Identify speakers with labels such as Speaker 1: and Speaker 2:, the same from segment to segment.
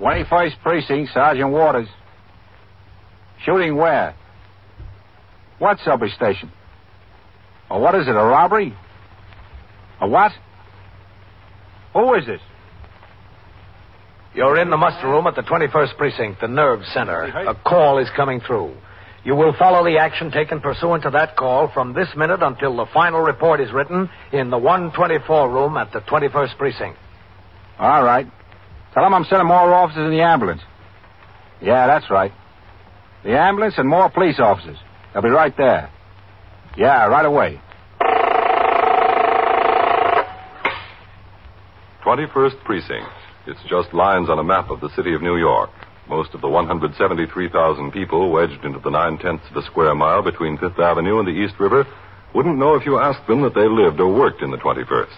Speaker 1: 21st Precinct, Sergeant Waters. Shooting where? What subway station? Or what is it, a robbery? A what? Who is this?
Speaker 2: You're in the muster room at the 21st Precinct, the nerve center. A call is coming through. You will follow the action taken pursuant to that call from this minute until the final report is written in the 124 room at the 21st Precinct.
Speaker 1: All right. Tell them I'm sending more officers in the ambulance. Yeah, that's right. The ambulance and more police officers. They'll be right there. Yeah, right away.
Speaker 3: 21st Precinct. It's just lines on a map of the city of New York. Most of the 173,000 people wedged into the nine tenths of a square mile between Fifth Avenue and the East River wouldn't know if you asked them that they lived or worked in the 21st.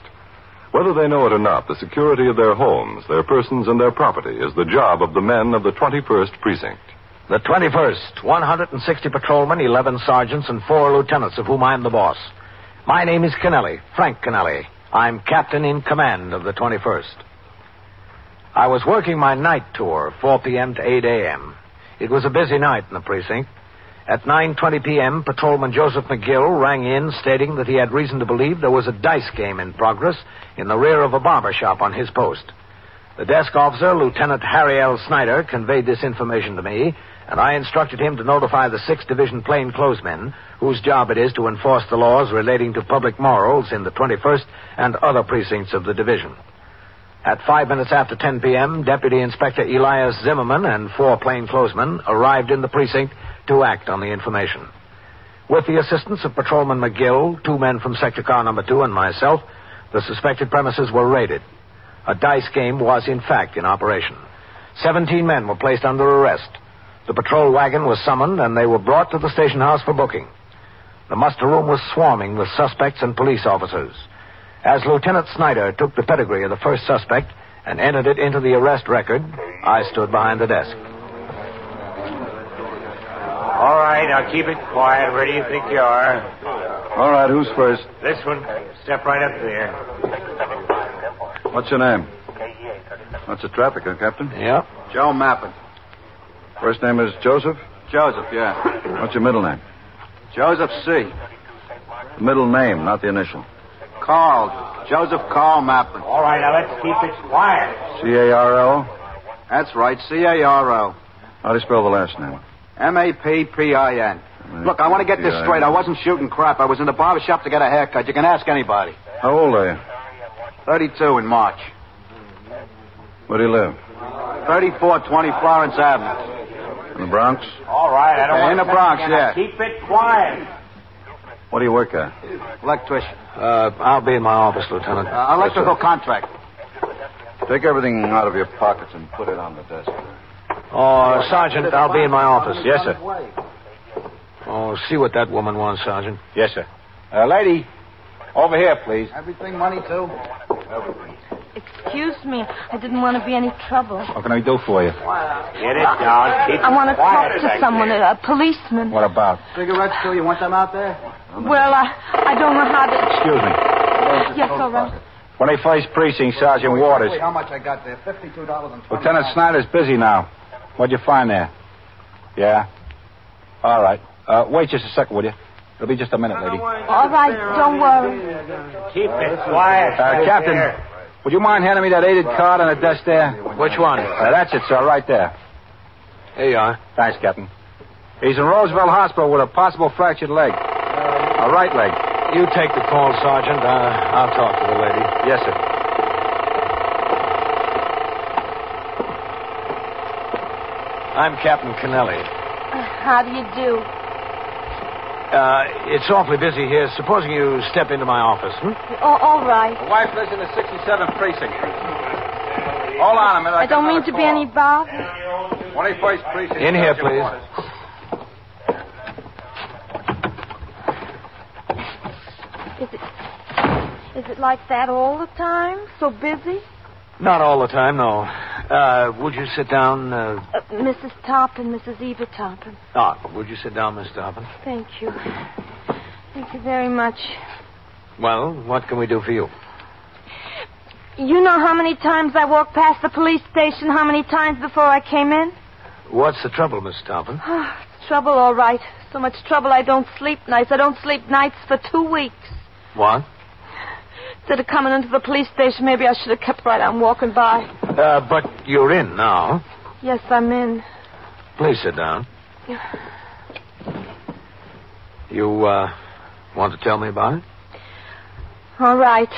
Speaker 3: Whether they know it or not, the security of their homes, their persons, and their property is the job of the men of the 21st Precinct.
Speaker 2: The 21st, 160 patrolmen, 11 sergeants, and four lieutenants, of whom I'm the boss. My name is Kennelly, Frank Kennelly. I'm captain in command of the 21st. I was working my night tour, 4 p.m. to 8 a.m. It was a busy night in the precinct. At 9:20 p.m., patrolman Joseph McGill rang in stating that he had reason to believe there was a dice game in progress in the rear of a barber shop on his post. The desk officer, Lieutenant Harry L. Snyder, conveyed this information to me, and I instructed him to notify the 6th Division plainclothesmen, whose job it is to enforce the laws relating to public morals in the 21st and other precincts of the division. At five minutes after 10 p.m., Deputy Inspector Elias Zimmerman and four plainclothesmen arrived in the precinct to act on the information. With the assistance of Patrolman McGill, two men from Sector Car Number 2, and myself, the suspected premises were raided. A dice game was, in fact, in operation. Seventeen men were placed under arrest. The patrol wagon was summoned, and they were brought to the station house for booking. The muster room was swarming with suspects and police officers. As Lieutenant Snyder took the pedigree of the first suspect and entered it into the arrest record, I stood behind the desk.
Speaker 4: All right, now keep it quiet. Where do you think you are?
Speaker 1: All right, who's first?
Speaker 4: This one. Step right up there.
Speaker 1: What's your name? That's a trafficker, uh, Captain.
Speaker 2: Yeah.
Speaker 1: Joe Mappin. First name is Joseph? Joseph, yeah. What's your middle name? Joseph C. Middle name, not the initial. Carl. Joseph Carl Mappin.
Speaker 4: All right, now let's keep it quiet.
Speaker 1: C A R O? That's right, C A R O. How do you spell the last name?
Speaker 5: M A P P I N. Look, I want to get this straight. I wasn't shooting crap. I was in the barber shop to get a haircut. You can ask anybody.
Speaker 1: How old are you?
Speaker 5: 32 in March.
Speaker 1: Where do you live?
Speaker 5: 3420 Florence Avenue.
Speaker 1: In the Bronx?
Speaker 4: All right, I don't
Speaker 5: Hey,
Speaker 4: want
Speaker 5: in the
Speaker 4: to-
Speaker 5: Bronx, yeah.
Speaker 4: Keep it quiet.
Speaker 1: What do you work at?
Speaker 5: Electrician.
Speaker 2: Uh, I'll be in my office, Lieutenant.
Speaker 5: Uh, electrical contract.
Speaker 1: Take everything out of your pockets and put it on the desk.
Speaker 2: Oh, Sergeant, I'll be in my office.
Speaker 1: Yes, sir.
Speaker 2: Oh, see what that woman wants, Sergeant.
Speaker 1: Yes, sir. Uh, lady, over here, please.
Speaker 5: Everything money, too?
Speaker 6: Excuse me. I didn't want to be any trouble.
Speaker 1: What can I do for you?
Speaker 4: Get it down. Keep
Speaker 6: I
Speaker 4: it
Speaker 6: want to
Speaker 4: quiet.
Speaker 6: talk
Speaker 4: as I
Speaker 6: to someone,
Speaker 4: said.
Speaker 6: a, a policeman.
Speaker 1: What about?
Speaker 5: Cigarettes, too? You want them out there?
Speaker 6: Well, I, I don't know how to.
Speaker 1: Excuse me.
Speaker 6: Yes, all right.
Speaker 1: 21st Precinct, Sergeant Waters.
Speaker 5: How much I got there? $52.20.
Speaker 1: Lieutenant Snyder's busy now. What'd you find there? Yeah? All right. Uh, wait just a second, will you? It'll be just a minute, lady.
Speaker 6: All right, don't worry.
Speaker 4: Keep it quiet.
Speaker 1: Uh,
Speaker 4: right
Speaker 1: Captain,
Speaker 4: there.
Speaker 1: would you mind handing me that aided card on the desk there?
Speaker 2: Which one?
Speaker 1: Uh, that's it, sir, right there.
Speaker 2: Here you are.
Speaker 1: Thanks, Captain. He's in Roosevelt Hospital with a possible fractured leg. A right leg.
Speaker 2: Um, You take the call, Sergeant. Uh, I'll talk to the lady.
Speaker 1: Yes, sir.
Speaker 2: I'm Captain Kennelly.
Speaker 6: How do you do?
Speaker 2: Uh, it's awfully busy here. Supposing you step into my office, hmm?
Speaker 6: Oh, all right.
Speaker 1: My wife lives in the 67th Precinct. Hold on a minute.
Speaker 6: I don't mean to be any bother.
Speaker 1: 21st Precinct.
Speaker 2: In here, please.
Speaker 6: Is it, is it like that all the time? So busy?
Speaker 2: Not all the time, no. Uh, would you sit down? Uh,
Speaker 6: Uh, Mrs. Toppin, Mrs. Eva Toppin.
Speaker 2: ah, would you sit down, Miss Dobbin?
Speaker 6: Thank you. Thank you very much.
Speaker 2: Well, what can we do for you?
Speaker 6: You know how many times I walked past the police station, how many times before I came in?
Speaker 2: What's the trouble, Miss Thompson?
Speaker 6: trouble, all right. So much trouble I don't sleep nights. I don't sleep nights for two weeks.
Speaker 2: What?
Speaker 6: Instead of coming into the police station, maybe I should have kept right on walking by.
Speaker 2: Uh, but you're in now.
Speaker 6: Yes, I'm in.
Speaker 2: Please sit down. You, uh, want to tell me about it?
Speaker 6: All right.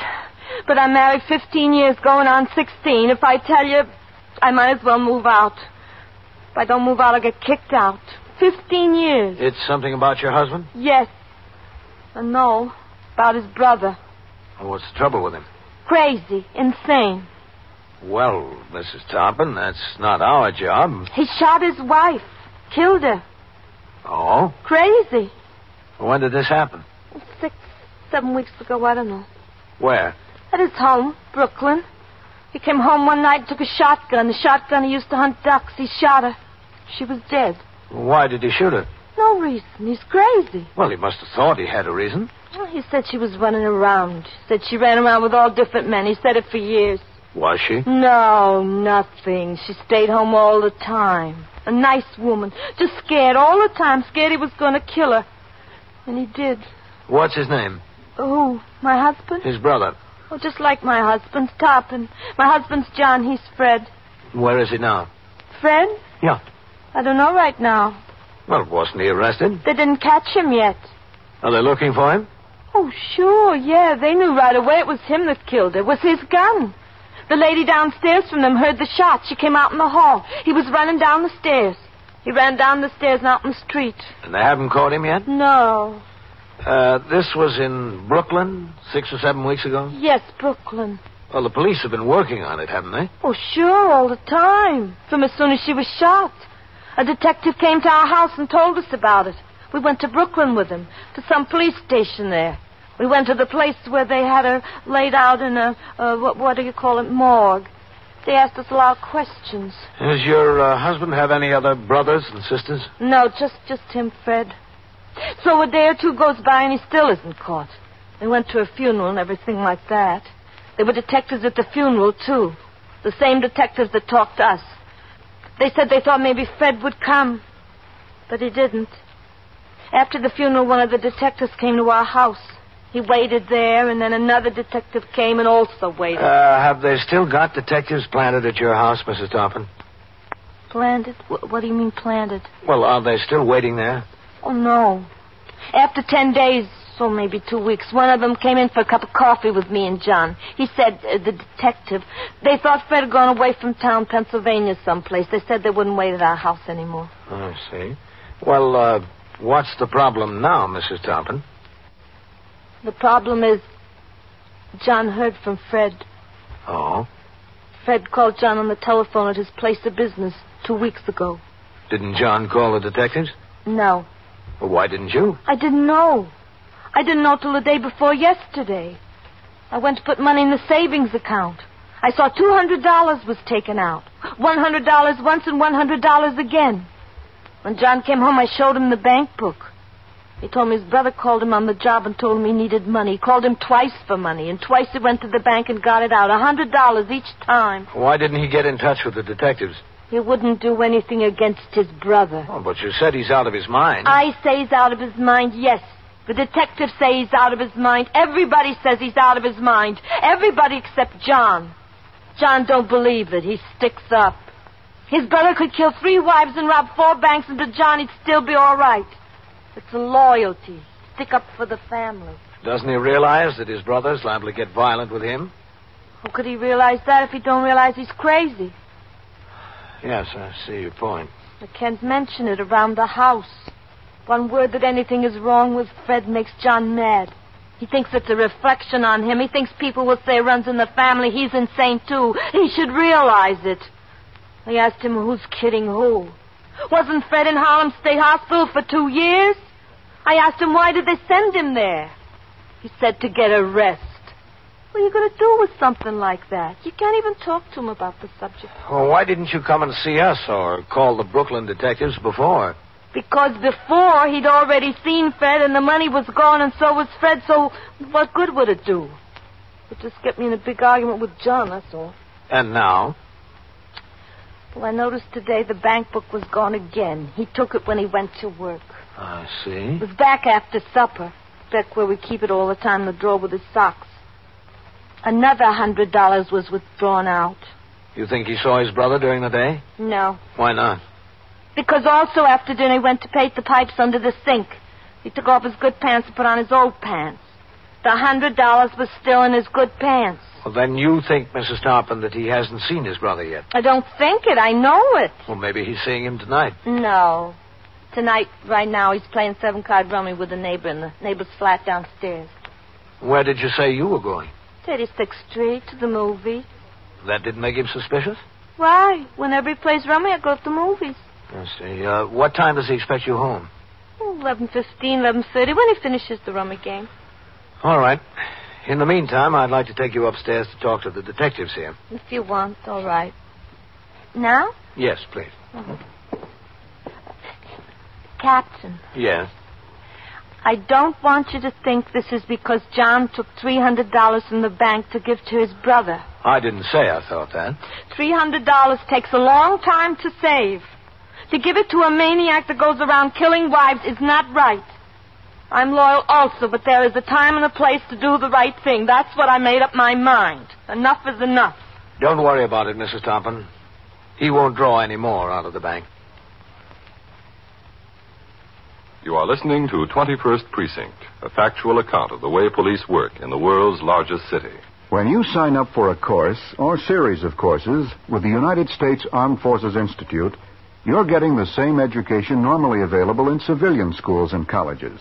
Speaker 6: But I'm married 15 years, going on 16. If I tell you, I might as well move out. If I don't move out, I'll get kicked out. 15 years.
Speaker 2: It's something about your husband?
Speaker 6: Yes. And no, about his brother.
Speaker 2: What's the trouble with him?
Speaker 6: Crazy, insane.
Speaker 2: Well, Mrs. Toppin, that's not our job.
Speaker 6: He shot his wife, killed her.
Speaker 2: Oh?
Speaker 6: Crazy.
Speaker 2: When did this happen?
Speaker 6: Six, seven weeks ago, I don't know.
Speaker 2: Where?
Speaker 6: At his home, Brooklyn. He came home one night and took a shotgun. The shotgun he used to hunt ducks. He shot her. She was dead.
Speaker 2: Why did he shoot her?
Speaker 6: No reason. He's crazy.
Speaker 2: Well, he must have thought he had a reason.
Speaker 6: Well, he said she was running around. He said she ran around with all different men. He said it for years.
Speaker 2: Was she?
Speaker 6: No, nothing. She stayed home all the time. A nice woman. Just scared all the time. Scared he was going to kill her. And he did.
Speaker 2: What's his name?
Speaker 6: Who? My husband?
Speaker 2: His brother.
Speaker 6: Oh, just like my husband's Toppin. My husband's John. He's Fred.
Speaker 2: Where is he now?
Speaker 6: Fred?
Speaker 2: Yeah.
Speaker 6: I don't know right now.
Speaker 2: Well, wasn't he arrested?
Speaker 6: They didn't catch him yet.
Speaker 2: Are they looking for him?
Speaker 6: Oh, sure, yeah. They knew right away it was him that killed her. It was his gun. The lady downstairs from them heard the shot. She came out in the hall. He was running down the stairs. He ran down the stairs and out in the street.
Speaker 2: And they haven't caught him yet?
Speaker 6: No.
Speaker 2: Uh, this was in Brooklyn six or seven weeks ago?
Speaker 6: Yes, Brooklyn.
Speaker 2: Well, the police have been working on it, haven't they?
Speaker 6: Oh, sure, all the time. From as soon as she was shot. A detective came to our house and told us about it. We went to Brooklyn with him, to some police station there. We went to the place where they had her laid out in a, uh, what, what do you call it, morgue. They asked us a lot of questions.
Speaker 2: Does your uh, husband have any other brothers and sisters?
Speaker 6: No, just, just him, Fred. So a day or two goes by and he still isn't caught. They went to a funeral and everything like that. There were detectives at the funeral, too. The same detectives that talked to us. They said they thought maybe Fred would come, but he didn't. After the funeral, one of the detectives came to our house. He waited there, and then another detective came and also waited.
Speaker 2: Uh, have they still got detectives planted at your house, Mrs. Toppin?
Speaker 6: planted? Wh- what do you mean planted?
Speaker 2: Well, are they still waiting there?
Speaker 6: Oh, no. After ten days, so maybe two weeks, one of them came in for a cup of coffee with me and John. He said, uh, the detective, they thought Fred had gone away from town, Pennsylvania, someplace. They said they wouldn't wait at our house anymore.
Speaker 2: I see. Well, uh, what's the problem now, Mrs. Toppin?
Speaker 6: The problem is, John heard from Fred.
Speaker 2: Oh,
Speaker 6: Fred called John on the telephone at his place of business two weeks ago.
Speaker 2: didn't John call the detectives?
Speaker 6: No,
Speaker 2: Well, why didn't you?
Speaker 6: I didn't know. I didn't know till the day before yesterday. I went to put money in the savings account. I saw $200 was taken out. $100 once and $100 again. When John came home, I showed him the bank book. He told me his brother called him on the job and told him he needed money. He called him twice for money, and twice he went to the bank and got it out. $100 each time.
Speaker 2: Why didn't he get in touch with the detectives?
Speaker 6: He wouldn't do anything against his brother.
Speaker 2: Oh, but you said he's out of his mind.
Speaker 6: I say he's out of his mind, yes. The detectives say he's out of his mind. Everybody says he's out of his mind. Everybody except John. John don't believe it. He sticks up. His brother could kill three wives and rob four banks, and to John he'd still be all right. It's a loyalty. Stick up for the family.
Speaker 2: Doesn't he realize that his brother's liable to get violent with him?
Speaker 6: How could he realize that if he don't realize he's crazy?
Speaker 2: Yes, I see your point.
Speaker 6: I can't mention it around the house. One word that anything is wrong with Fred makes John mad. He thinks it's a reflection on him. He thinks people will say it runs in the family. He's insane, too. He should realize it. I asked him who's kidding who. Wasn't Fred in Harlem State Hospital for two years? I asked him why did they send him there? He said to get a rest. What are you going to do with something like that? You can't even talk to him about the subject.
Speaker 2: Well, why didn't you come and see us or call the Brooklyn detectives before?
Speaker 6: Because before he'd already seen Fred and the money was gone and so was Fred, so what good would it do? It just get me in a big argument with John, that's all.
Speaker 2: And now?
Speaker 6: Well, I noticed today the bank book was gone again. He took it when he went to work.
Speaker 2: I see.
Speaker 6: It was back after supper. Back where we keep it all the time in the drawer with his socks. Another hundred dollars was withdrawn out.
Speaker 2: You think he saw his brother during the day?
Speaker 6: No.
Speaker 2: Why not?
Speaker 6: Because also after dinner he went to paint the pipes under the sink. He took off his good pants and put on his old pants. The hundred dollars was still in his good pants.
Speaker 2: Well, then you think, Mrs. Tarpon, that he hasn't seen his brother yet.
Speaker 6: I don't think it. I know it.
Speaker 2: Well, maybe he's seeing him tonight.
Speaker 6: No. Tonight, right now, he's playing seven card rummy with a neighbor in the neighbor's flat downstairs.
Speaker 2: Where did you say you were going?
Speaker 6: 36th Street to the movie.
Speaker 2: That didn't make him suspicious?
Speaker 6: Why? Whenever he plays rummy, I go to the movies.
Speaker 2: I see. Uh, what time does he expect you home?
Speaker 6: Oh, 11.15, 11.30, when he finishes the rummy game.
Speaker 2: All right. In the meantime, I'd like to take you upstairs to talk to the detectives here.
Speaker 6: If you want, all right. Now?
Speaker 2: Yes, please.
Speaker 6: Captain,
Speaker 2: Yes.
Speaker 6: I don't want you to think this is because John took $300 from the bank to give to his brother.
Speaker 2: I didn't say I thought that.
Speaker 6: $300 takes a long time to save. To give it to a maniac that goes around killing wives is not right. I'm loyal also, but there is a time and a place to do the right thing. That's what I made up my mind. Enough is enough.
Speaker 2: Don't worry about it, Mrs. Tarpon. He won't draw any more out of the bank.
Speaker 3: You are listening to 21st Precinct, a factual account of the way police work in the world's largest city.
Speaker 7: When you sign up for a course or series of courses with the United States Armed Forces Institute, you're getting the same education normally available in civilian schools and colleges.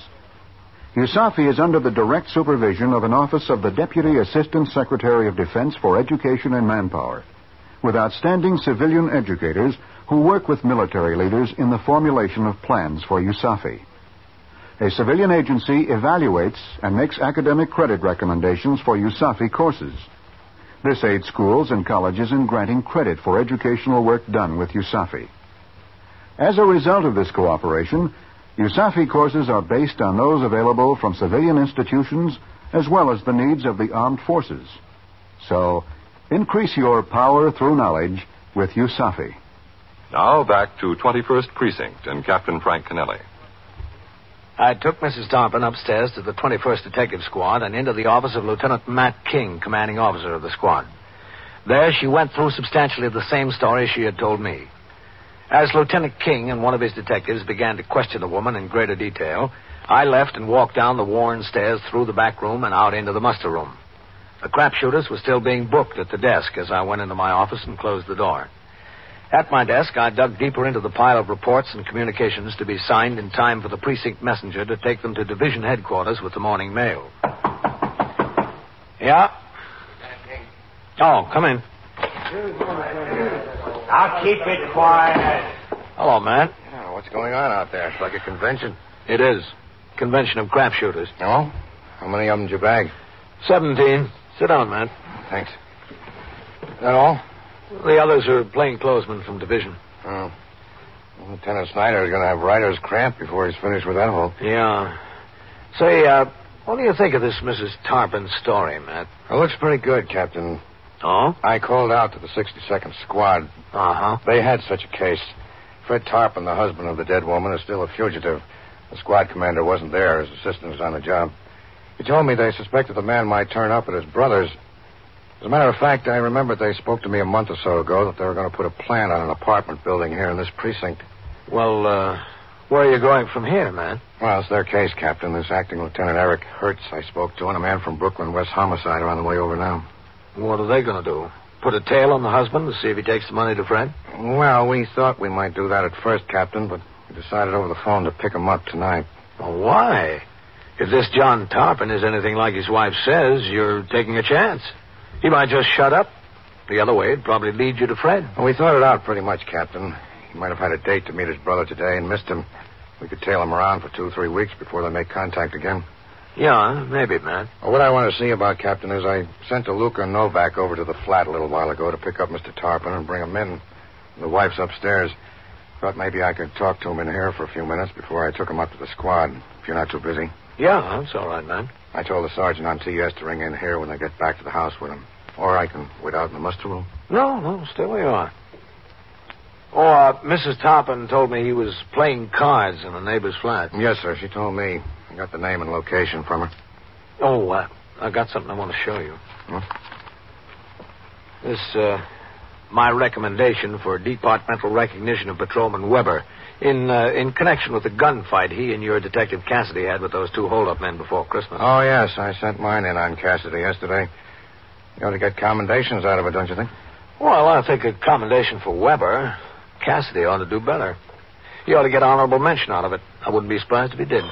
Speaker 7: USAFI is under the direct supervision of an office of the Deputy Assistant Secretary of Defense for Education and Manpower, with outstanding civilian educators who work with military leaders in the formulation of plans for USAFI. A civilian agency evaluates and makes academic credit recommendations for USAFI courses. This aids schools and colleges in granting credit for educational work done with USAFI. As a result of this cooperation, USAFI courses are based on those available from civilian institutions as well as the needs of the armed forces. So, increase your power through knowledge with USAFI.
Speaker 3: Now back to 21st Precinct and Captain Frank Kennelly.
Speaker 2: I took Mrs. Tarpon upstairs to the 21st Detective Squad and into the office of Lieutenant Matt King, commanding officer of the squad. There, she went through substantially the same story she had told me. As Lieutenant King and one of his detectives began to question the woman in greater detail, I left and walked down the worn stairs through the back room and out into the muster room. The crapshooters were still being booked at the desk as I went into my office and closed the door. At my desk, I dug deeper into the pile of reports and communications to be signed in time for the precinct messenger to take them to division headquarters with the morning mail. Yeah? Oh, come in.
Speaker 4: I'll keep it quiet.
Speaker 2: Hello, Matt.
Speaker 8: what's going on out there? It's like a convention.
Speaker 2: It is. Convention of crapshooters.
Speaker 8: No? How many of them did you bag?
Speaker 2: 17. Sit down, Matt.
Speaker 8: Thanks. That all?
Speaker 2: The others are plainclothesmen from division.
Speaker 8: Oh. Lieutenant Snyder is going to have writer's cramp before he's finished with that hole.
Speaker 2: Yeah. Say, uh, what do you think of this Mrs. Tarpon story, Matt?
Speaker 8: It looks pretty good, Captain.
Speaker 2: Oh?
Speaker 8: I called out to the 62nd Squad.
Speaker 2: Uh huh.
Speaker 8: They had such a case. Fred Tarpon, the husband of the dead woman, is still a fugitive. The squad commander wasn't there. His assistant was on the job. He told me they suspected the man might turn up at his brother's. As a matter of fact, I remembered they spoke to me a month or so ago that they were going to put a plan on an apartment building here in this precinct.
Speaker 2: Well, uh, where are you going from here, Matt?
Speaker 8: Well, it's their case, Captain. This acting Lieutenant Eric Hertz I spoke to, and a man from Brooklyn West Homicide are on the way over now.
Speaker 2: What are they going to do? Put a tail on the husband to see if he takes the money to Fred?
Speaker 8: Well, we thought we might do that at first, Captain, but we decided over the phone to pick him up tonight.
Speaker 2: Well, why? If this John Tarpon is anything like his wife says, you're taking a chance. He might just shut up. The other way, it'd probably lead you to Fred.
Speaker 8: Well, we thought it out pretty much, Captain. He might have had a date to meet his brother today and missed him. We could tail him around for two, three weeks before they make contact again.
Speaker 2: Yeah, maybe, Matt.
Speaker 8: Well, what I want to see about, Captain, is I sent a Luca Novak over to the flat a little while ago to pick up Mr. Tarpon and bring him in. The wife's upstairs. Thought maybe I could talk to him in here for a few minutes before I took him up to the squad, if you're not too busy.
Speaker 2: Yeah, that's all right, Matt.
Speaker 1: I told the sergeant on TS to ring in here when I get back to the house with him. Or I can wait out in the muster room.
Speaker 2: No, no, stay where you are. Oh, uh, Mrs. Toppin told me he was playing cards in a neighbor's flat.
Speaker 1: Yes, sir. She told me. I got the name and location from her.
Speaker 2: Oh, uh, I got something I want to show you. This, uh, my recommendation for departmental recognition of Patrolman Weber in uh, in connection with the gunfight he and your detective Cassidy had with those two holdup men before Christmas.
Speaker 1: Oh, yes. I sent mine in on Cassidy yesterday. You ought to get commendations out of it, don't you think?
Speaker 2: Well, I think a commendation for Weber. Cassidy ought to do better. He ought to get honorable mention out of it. I wouldn't be surprised if he did.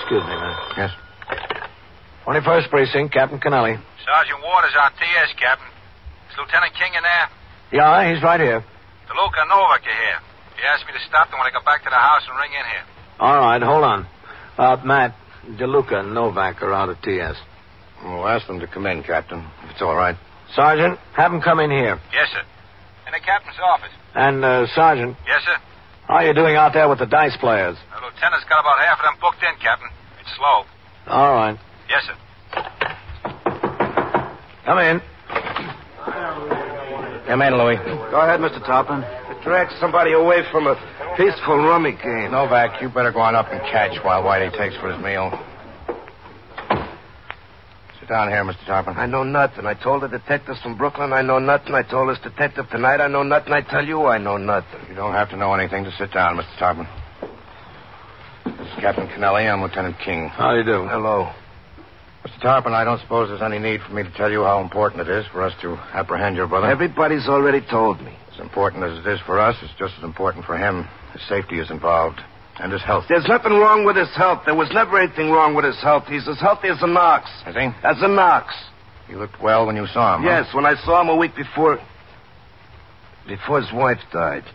Speaker 2: Excuse me, man.
Speaker 1: Yes.
Speaker 2: 21st Precinct, Captain Kennelly.
Speaker 9: Sergeant Waters on TS, Captain. Is Lieutenant King in there?
Speaker 2: Yeah, he's right here.
Speaker 9: DeLuca and Novak are here. He asked me to stop them when I got back to the house and ring in here.
Speaker 2: All right, hold on. Uh, Matt, DeLuca and Novak are out at TS.
Speaker 1: Well, ask them to come in, Captain, if it's all right.
Speaker 2: Sergeant, have them come in here.
Speaker 9: Yes, sir. In the captain's office.
Speaker 2: And, uh, Sergeant,
Speaker 9: Yes, sir.
Speaker 2: how are you doing out there with the dice players?
Speaker 9: The lieutenant's got about half of them booked in, Captain. It's slow.
Speaker 2: All right.
Speaker 9: Yes, sir.
Speaker 2: Come in.
Speaker 1: Come in, Louis.
Speaker 10: Go ahead, Mr. Toppin.
Speaker 1: Drag somebody away from a peaceful rummy game. Novak, you better go on up and catch while Whitey takes for his meal. Sit down here, Mr. Toppin.
Speaker 11: I know nothing. I told the detectives from Brooklyn I know nothing. I told this detective tonight I know nothing. I tell you I know nothing.
Speaker 1: You don't have to know anything to sit down, Mr. Toppin. This is Captain Kennelly. I'm Lieutenant King.
Speaker 2: How do you do?
Speaker 1: Hello. Mr. Tarpon, I don't suppose there's any need for me to tell you how important it is for us to apprehend your brother.
Speaker 11: Everybody's already told me.
Speaker 1: As important as it is for us, it's just as important for him. His safety is involved, and his health.
Speaker 11: There's nothing wrong with his health. There was never anything wrong with his health. He's as healthy as an ox.
Speaker 1: I think
Speaker 11: As an ox.
Speaker 1: he looked well when you saw him.
Speaker 11: Yes, when I saw him a week before. Before his wife died.
Speaker 1: Yes.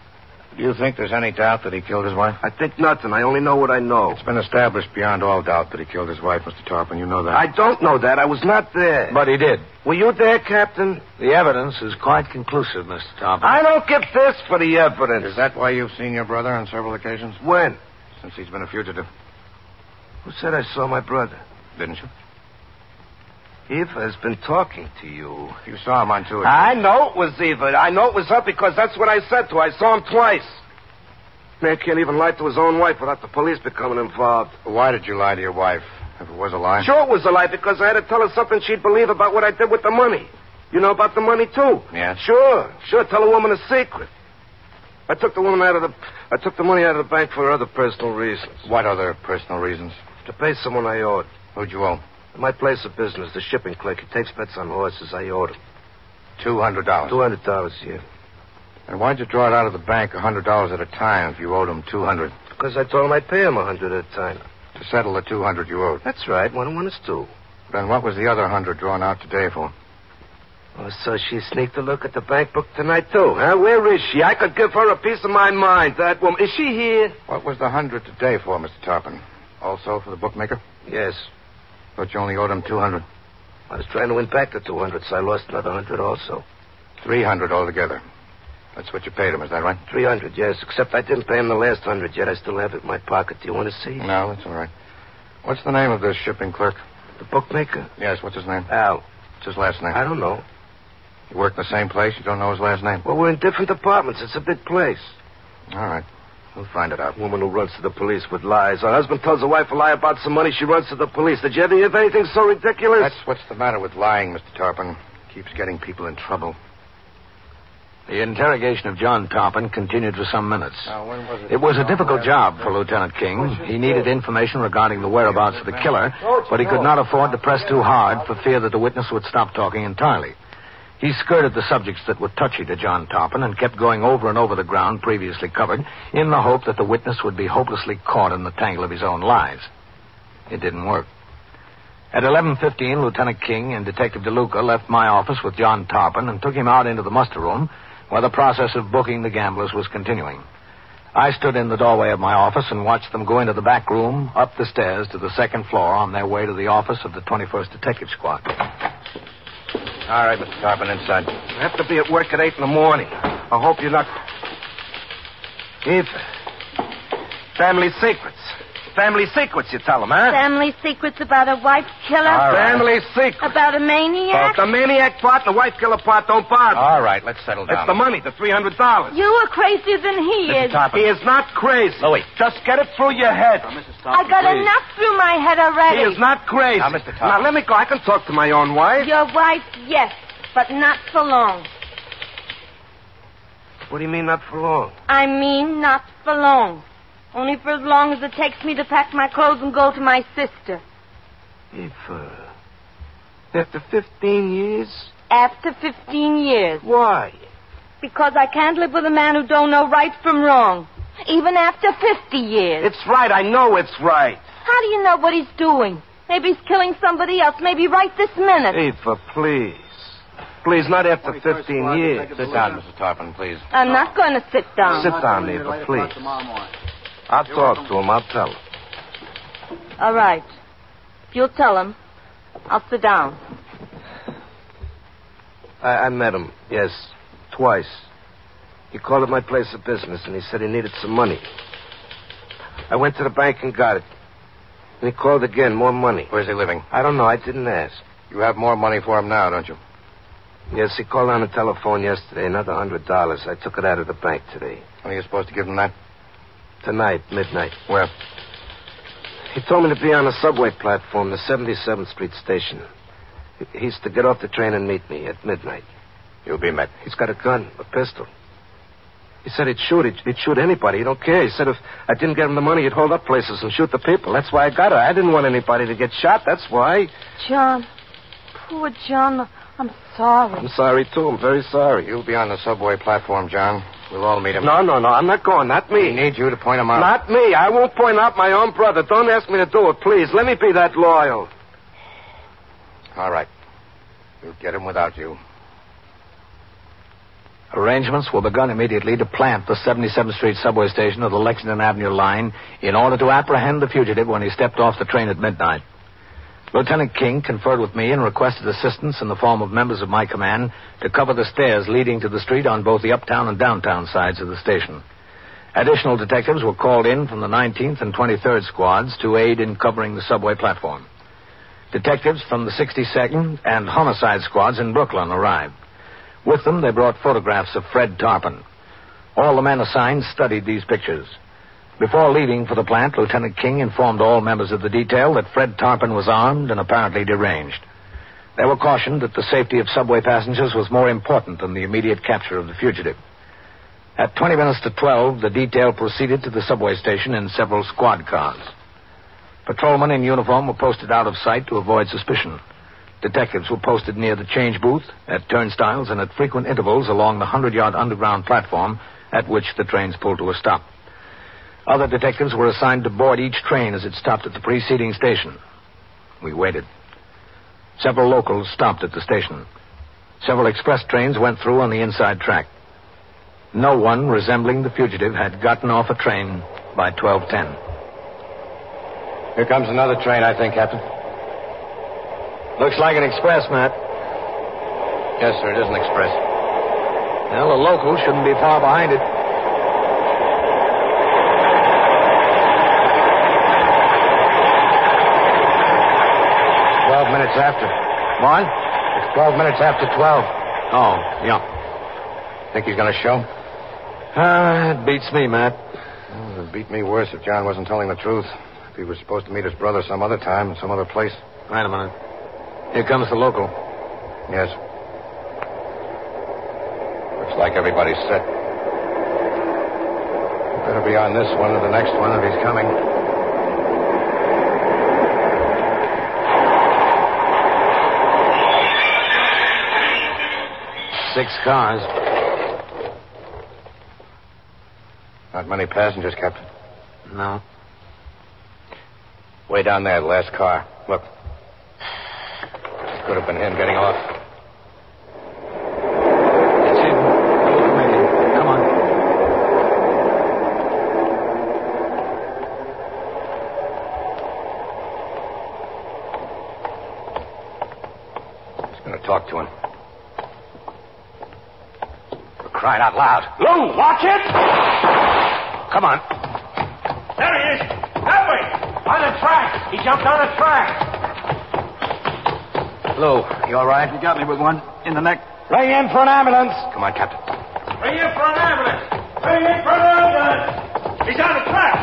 Speaker 1: Do you think there's any doubt that he killed his wife?
Speaker 11: I think nothing. I only know what I know.
Speaker 1: It's been established beyond all doubt that he killed his wife, Mr. Tarpon. You know that.
Speaker 11: I don't know that. I was not there.
Speaker 2: But he did.
Speaker 11: Were you there, Captain?
Speaker 2: The evidence is quite conclusive, Mr. Toppin.
Speaker 11: I don't get this for the evidence.
Speaker 1: Is that why you've seen your brother on several occasions?
Speaker 11: When?
Speaker 1: Since he's been a fugitive,
Speaker 11: Who said I saw my brother?
Speaker 1: didn't you?
Speaker 11: Eva has been talking to you.
Speaker 1: You saw him on two occasions.
Speaker 11: I know it was Eva. I know it was her because that's what I said to her. I saw him twice. Man can't even lie to his own wife without the police becoming involved.
Speaker 1: Why did you lie to your wife? If it was a lie.
Speaker 11: Sure it was a lie because I had to tell her something she'd believe about what I did with the money. You know about the money, too.
Speaker 1: Yeah.
Speaker 11: Sure, sure. Tell a woman a secret. I took the woman out of the... I took the money out of the bank for other personal reasons.
Speaker 1: What other personal reasons?
Speaker 11: To pay someone I owed.
Speaker 1: Who'd you owe?
Speaker 11: My place of business, the shipping clerk, he takes bets on horses. I owed him.
Speaker 1: Two hundred dollars.
Speaker 11: $200 a year.
Speaker 1: And why'd you draw it out of the bank a hundred dollars at a time if you owed him two hundred?
Speaker 11: Because I told him I'd pay him a hundred at a time.
Speaker 1: To settle the two hundred you owed.
Speaker 11: That's right. One one is two.
Speaker 1: Then what was the other hundred drawn out today for?
Speaker 11: Oh, so she sneaked a look at the bank book tonight too, huh? Where is she? I could give her a piece of my mind. That woman is she here?
Speaker 1: What was the hundred today for, Mr. Tarpon? Also for the bookmaker?
Speaker 11: Yes.
Speaker 1: But you only owed him two hundred.
Speaker 11: I was trying to win back the two hundred, so I lost another hundred also.
Speaker 1: Three hundred altogether. That's what you paid him, is that right?
Speaker 11: Three hundred, yes. Except I didn't pay him the last hundred yet. I still have it in my pocket. Do you want to see?
Speaker 1: No, that's all right. What's the name of this shipping clerk?
Speaker 11: The bookmaker,
Speaker 1: Yes, what's his name?
Speaker 11: Al.
Speaker 1: What's his last name?
Speaker 11: I don't know.
Speaker 1: You work in the same place, you don't know his last name.
Speaker 11: Well, we're in different departments. It's a big place.
Speaker 1: All right. We'll find it out.
Speaker 11: Woman who runs to the police with lies. Her husband tells her wife a lie about some money. She runs to the police. Did you ever hear of anything so ridiculous?
Speaker 1: That's what's the matter with lying, Mr. Tarpon. Keeps getting people in trouble.
Speaker 2: The interrogation of John Toppin continued for some minutes.
Speaker 1: Now, when was it?
Speaker 2: It was a difficult job for Lieutenant King. He needed information regarding the whereabouts of the killer, but he could not afford to press too hard for fear that the witness would stop talking entirely. He skirted the subjects that were touchy to John Toppin and kept going over and over the ground previously covered in the hope that the witness would be hopelessly caught in the tangle of his own lies. It didn't work. At 11:15, Lieutenant King and Detective DeLuca left my office with John Toppin and took him out into the muster room where the process of booking the gamblers was continuing. I stood in the doorway of my office and watched them go into the back room, up the stairs to the second floor on their way to the office of the 21st Detective Squad.
Speaker 1: All right, Mr. Tarpon, inside.
Speaker 11: I have to be at work at eight in the morning. I hope you're not. Eve. Family secrets.
Speaker 12: Family secrets, you tell them, huh?
Speaker 6: Family secrets about a wife killer?
Speaker 12: All right. Family secrets.
Speaker 6: About a maniac?
Speaker 12: But the maniac part and the wife killer part don't bother.
Speaker 8: All right, let's
Speaker 2: Oh,
Speaker 8: settle down.
Speaker 12: It's the money, the $300.
Speaker 6: You are crazier than he
Speaker 8: Mrs.
Speaker 6: is.
Speaker 8: Tarpon.
Speaker 12: He is not crazy.
Speaker 8: Louis.
Speaker 12: Just get it through your head.
Speaker 6: I got enough through my head
Speaker 12: He
Speaker 6: already.
Speaker 12: is not crazy.
Speaker 8: Now, Mr. Tarpon.
Speaker 12: Now, let me go. I can talk to my own wife.
Speaker 6: Your wife, yes, but not for long.
Speaker 12: What do you mean, not for long?
Speaker 6: I mean, not for long. Only for as long as it takes me to pack my clothes and go to my sister.
Speaker 12: If, uh, after 15 years?
Speaker 6: After 15 years.
Speaker 12: Why?
Speaker 6: Because I can't live with a man who don't know right from wrong. Even after 50 years.
Speaker 12: It's right. I know it's right.
Speaker 6: How do you know what he's doing? Maybe he's killing somebody else. Maybe right this minute.
Speaker 12: Eva, please. Please, not after 15 years.
Speaker 8: Sit down, Mrs. Tarpon, please.
Speaker 6: I'm not going to sit down.
Speaker 12: Sit down, Eva, please. I'll talk to him. I'll tell him.
Speaker 6: All right. If you'll tell him, I'll sit down.
Speaker 12: I, I met him, yes, twice. He called at my place of business and he said he needed some money. I went to the bank and got it. And he called again, more money.
Speaker 8: Where's he living?
Speaker 12: I don't know, I didn't ask.
Speaker 8: You have more money for him now, don't you?
Speaker 12: Yes, he called on the telephone yesterday, another hundred dollars. I took it out of the bank today.
Speaker 8: When are you supposed to give him that?
Speaker 12: Tonight, midnight.
Speaker 8: Where?
Speaker 12: He told me to be on the subway platform, the 77th Street station. He- He's to get off the train and meet me at midnight.
Speaker 8: You'll be met.
Speaker 12: He's got a gun, a pistol. He said he'd shoot. He'd, he'd shoot anybody. He don't care. He said if I didn't get him the money, he'd hold up places and shoot the people. That's why I got her. I didn't want anybody to get shot. That's why.
Speaker 6: John. Poor John. I'm sorry.
Speaker 12: I'm sorry, too. I'm very sorry.
Speaker 8: You'll be on the subway platform, John. We'll all meet him.
Speaker 12: No, no, no. I'm not going. Not
Speaker 8: We
Speaker 12: me.
Speaker 8: need you to point him out.
Speaker 12: Not me. I won't point out my own brother. Don't ask me to do it, please. Let me be that loyal.
Speaker 8: All right. We'll get him without you.
Speaker 2: Arrangements were begun immediately to plant the 77th Street subway station of the Lexington Avenue line in order to apprehend the fugitive when he stepped off the train at midnight. Lieutenant King conferred with me and requested assistance in the form of members of my command to cover the stairs leading to the street on both the uptown and downtown sides of the station. Additional detectives were called in from the 19th and 23rd squads to aid in covering the subway platform. Detectives from the 62nd and homicide squads in Brooklyn arrived. With them, they brought photographs of Fred Tarpon. All the men assigned studied these pictures. Before leaving for the plant, Lieutenant King informed all members of the detail that Fred Tarpon was armed and apparently deranged. They were cautioned that the safety of subway passengers was more important than the immediate capture of the fugitive. At 20 minutes to 12, the detail proceeded to the subway station in several squad cars. Patrolmen in uniform were posted out of sight to avoid suspicion. Detectives were posted near the change booth, at turnstiles, and at frequent intervals along the 100 yard underground platform at which the trains pulled to a stop. Other detectives were assigned to board each train as it stopped at the preceding station. We waited. Several locals stopped at the station. Several express trains went through on the inside track. No one resembling the fugitive had gotten off a train by 1210.
Speaker 8: Here comes another train, I think, Captain.
Speaker 2: Looks like an express, Matt.
Speaker 8: Yes, sir, it is an express.
Speaker 2: Well, the local shouldn't be far behind it.
Speaker 8: Twelve minutes after.
Speaker 2: What?
Speaker 8: It's twelve minutes after twelve.
Speaker 2: Oh, yeah.
Speaker 8: Think he's going to show?
Speaker 2: Ah, it beats me, Matt.
Speaker 8: It would beat me worse if John wasn't telling the truth. If he was supposed to meet his brother some other time in some other place.
Speaker 2: Wait a minute. Here comes the local.
Speaker 8: Yes. Looks like everybody's set. Better be on this one or the next one if he's coming.
Speaker 2: Six cars.
Speaker 8: Not many passengers, Captain.
Speaker 2: No.
Speaker 8: Way down there, the last car. Look. Could have been him getting off.
Speaker 2: It's him. Maybe. Come on.
Speaker 8: He's going to talk to him. We're crying out loud.
Speaker 12: Lou, watch it!
Speaker 8: Come on.
Speaker 12: There he is! That way!
Speaker 11: On the track! He jumped on the track!
Speaker 5: Lou, you all right? You got me with one in the neck.
Speaker 12: Ring in for an ambulance.
Speaker 5: Come on, Captain.
Speaker 11: Bring in for an ambulance! Bring in for an ambulance! He's on the track!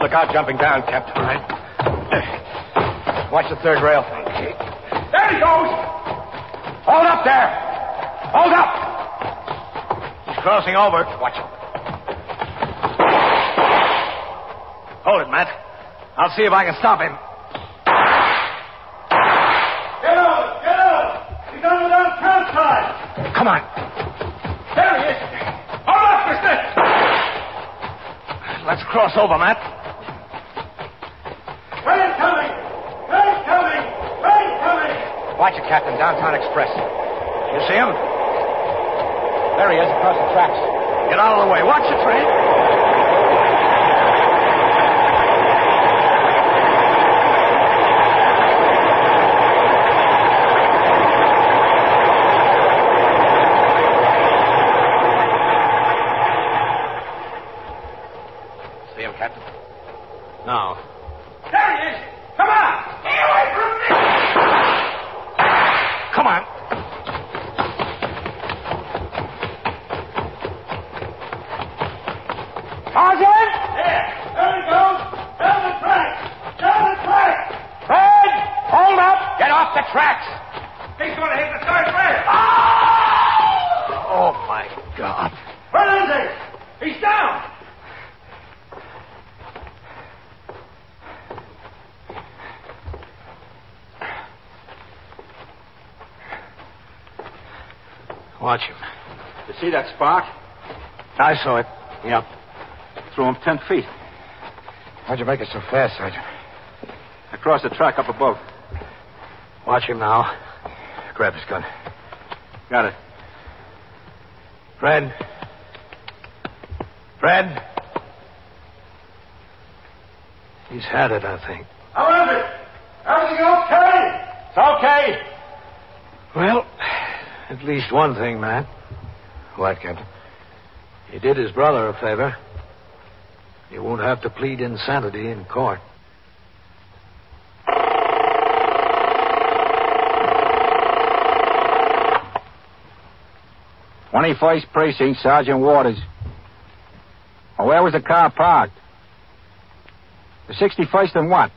Speaker 12: Look out, jumping down, Captain. All right. Watch the third rail.
Speaker 11: There he goes! Hold up there! Hold up!
Speaker 12: He's crossing over. Watch him. Hold it, Matt. I'll see if I can stop him.
Speaker 11: Get out! Get out! He's on the downtown side!
Speaker 12: Come on.
Speaker 11: There he is! Hold up, mister!
Speaker 12: Let's cross over, Matt.
Speaker 11: Rain coming! Rain coming! Rain coming!
Speaker 12: Watch it, Captain. Downtown Express. You see him? There he is across the tracks. Get out of the way. Watch the train. See him, Captain?
Speaker 2: No.
Speaker 11: There he is! Come on! Get away from me!
Speaker 12: Come on.
Speaker 11: Tarzan? There! There he goes! Down the track! Down the track! Fred! Hold up!
Speaker 12: Get off the tracks.
Speaker 11: He's going to hit the third rail!
Speaker 12: Oh, my God.
Speaker 11: Where is he? He's down!
Speaker 2: Watch him.
Speaker 5: You see that spark?
Speaker 12: I saw it. Yep.
Speaker 5: Threw him ten feet.
Speaker 12: How'd you make it so fast, Sergeant?
Speaker 5: Across the track up above.
Speaker 2: Watch him now. Grab his gun.
Speaker 5: Got it.
Speaker 12: Fred. Fred.
Speaker 2: He's had it, I think.
Speaker 11: How is it? Everything okay? It's okay.
Speaker 2: Well, at least one thing, Matt.
Speaker 12: What, Captain?
Speaker 2: He did his brother a favor. He won't have to plead insanity in court.
Speaker 1: Twenty-first precinct, Sergeant Waters. Well, where was the car parked? The sixty-first and what?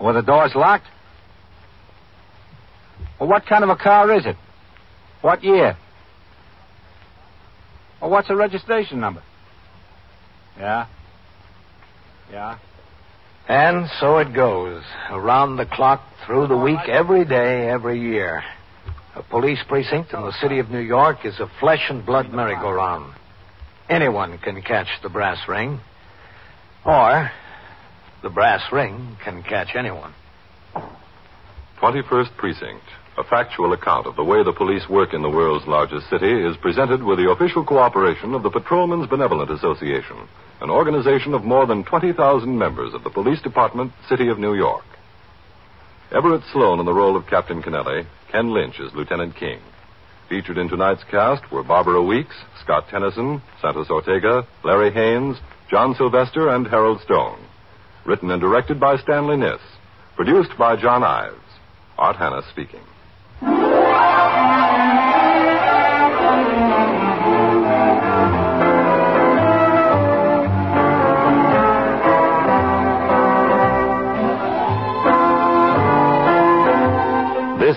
Speaker 1: Were the doors locked? Well, what kind of a car is it? What year? Well, what's the registration number? Yeah. Yeah.
Speaker 2: And so it goes. Around the clock, through the week, every day, every year. A police precinct in the city of New York is a flesh and blood merry-go-round. Anyone can catch the brass ring, or the brass ring can catch anyone.
Speaker 3: 21st Precinct, a factual account of the way the police work in the world's largest city, is presented with the official cooperation of the Patrolmen's Benevolent Association, an organization of more than 20,000 members of the Police Department, City of New York. Everett Sloan in the role of Captain Kennelly, Ken Lynch as Lieutenant King. Featured in tonight's cast were Barbara Weeks, Scott Tennyson, Santos Ortega, Larry Haynes, John Sylvester, and Harold Stone. Written and directed by Stanley Niss. Produced by John Ives. Art Hanna speaking.
Speaker 13: This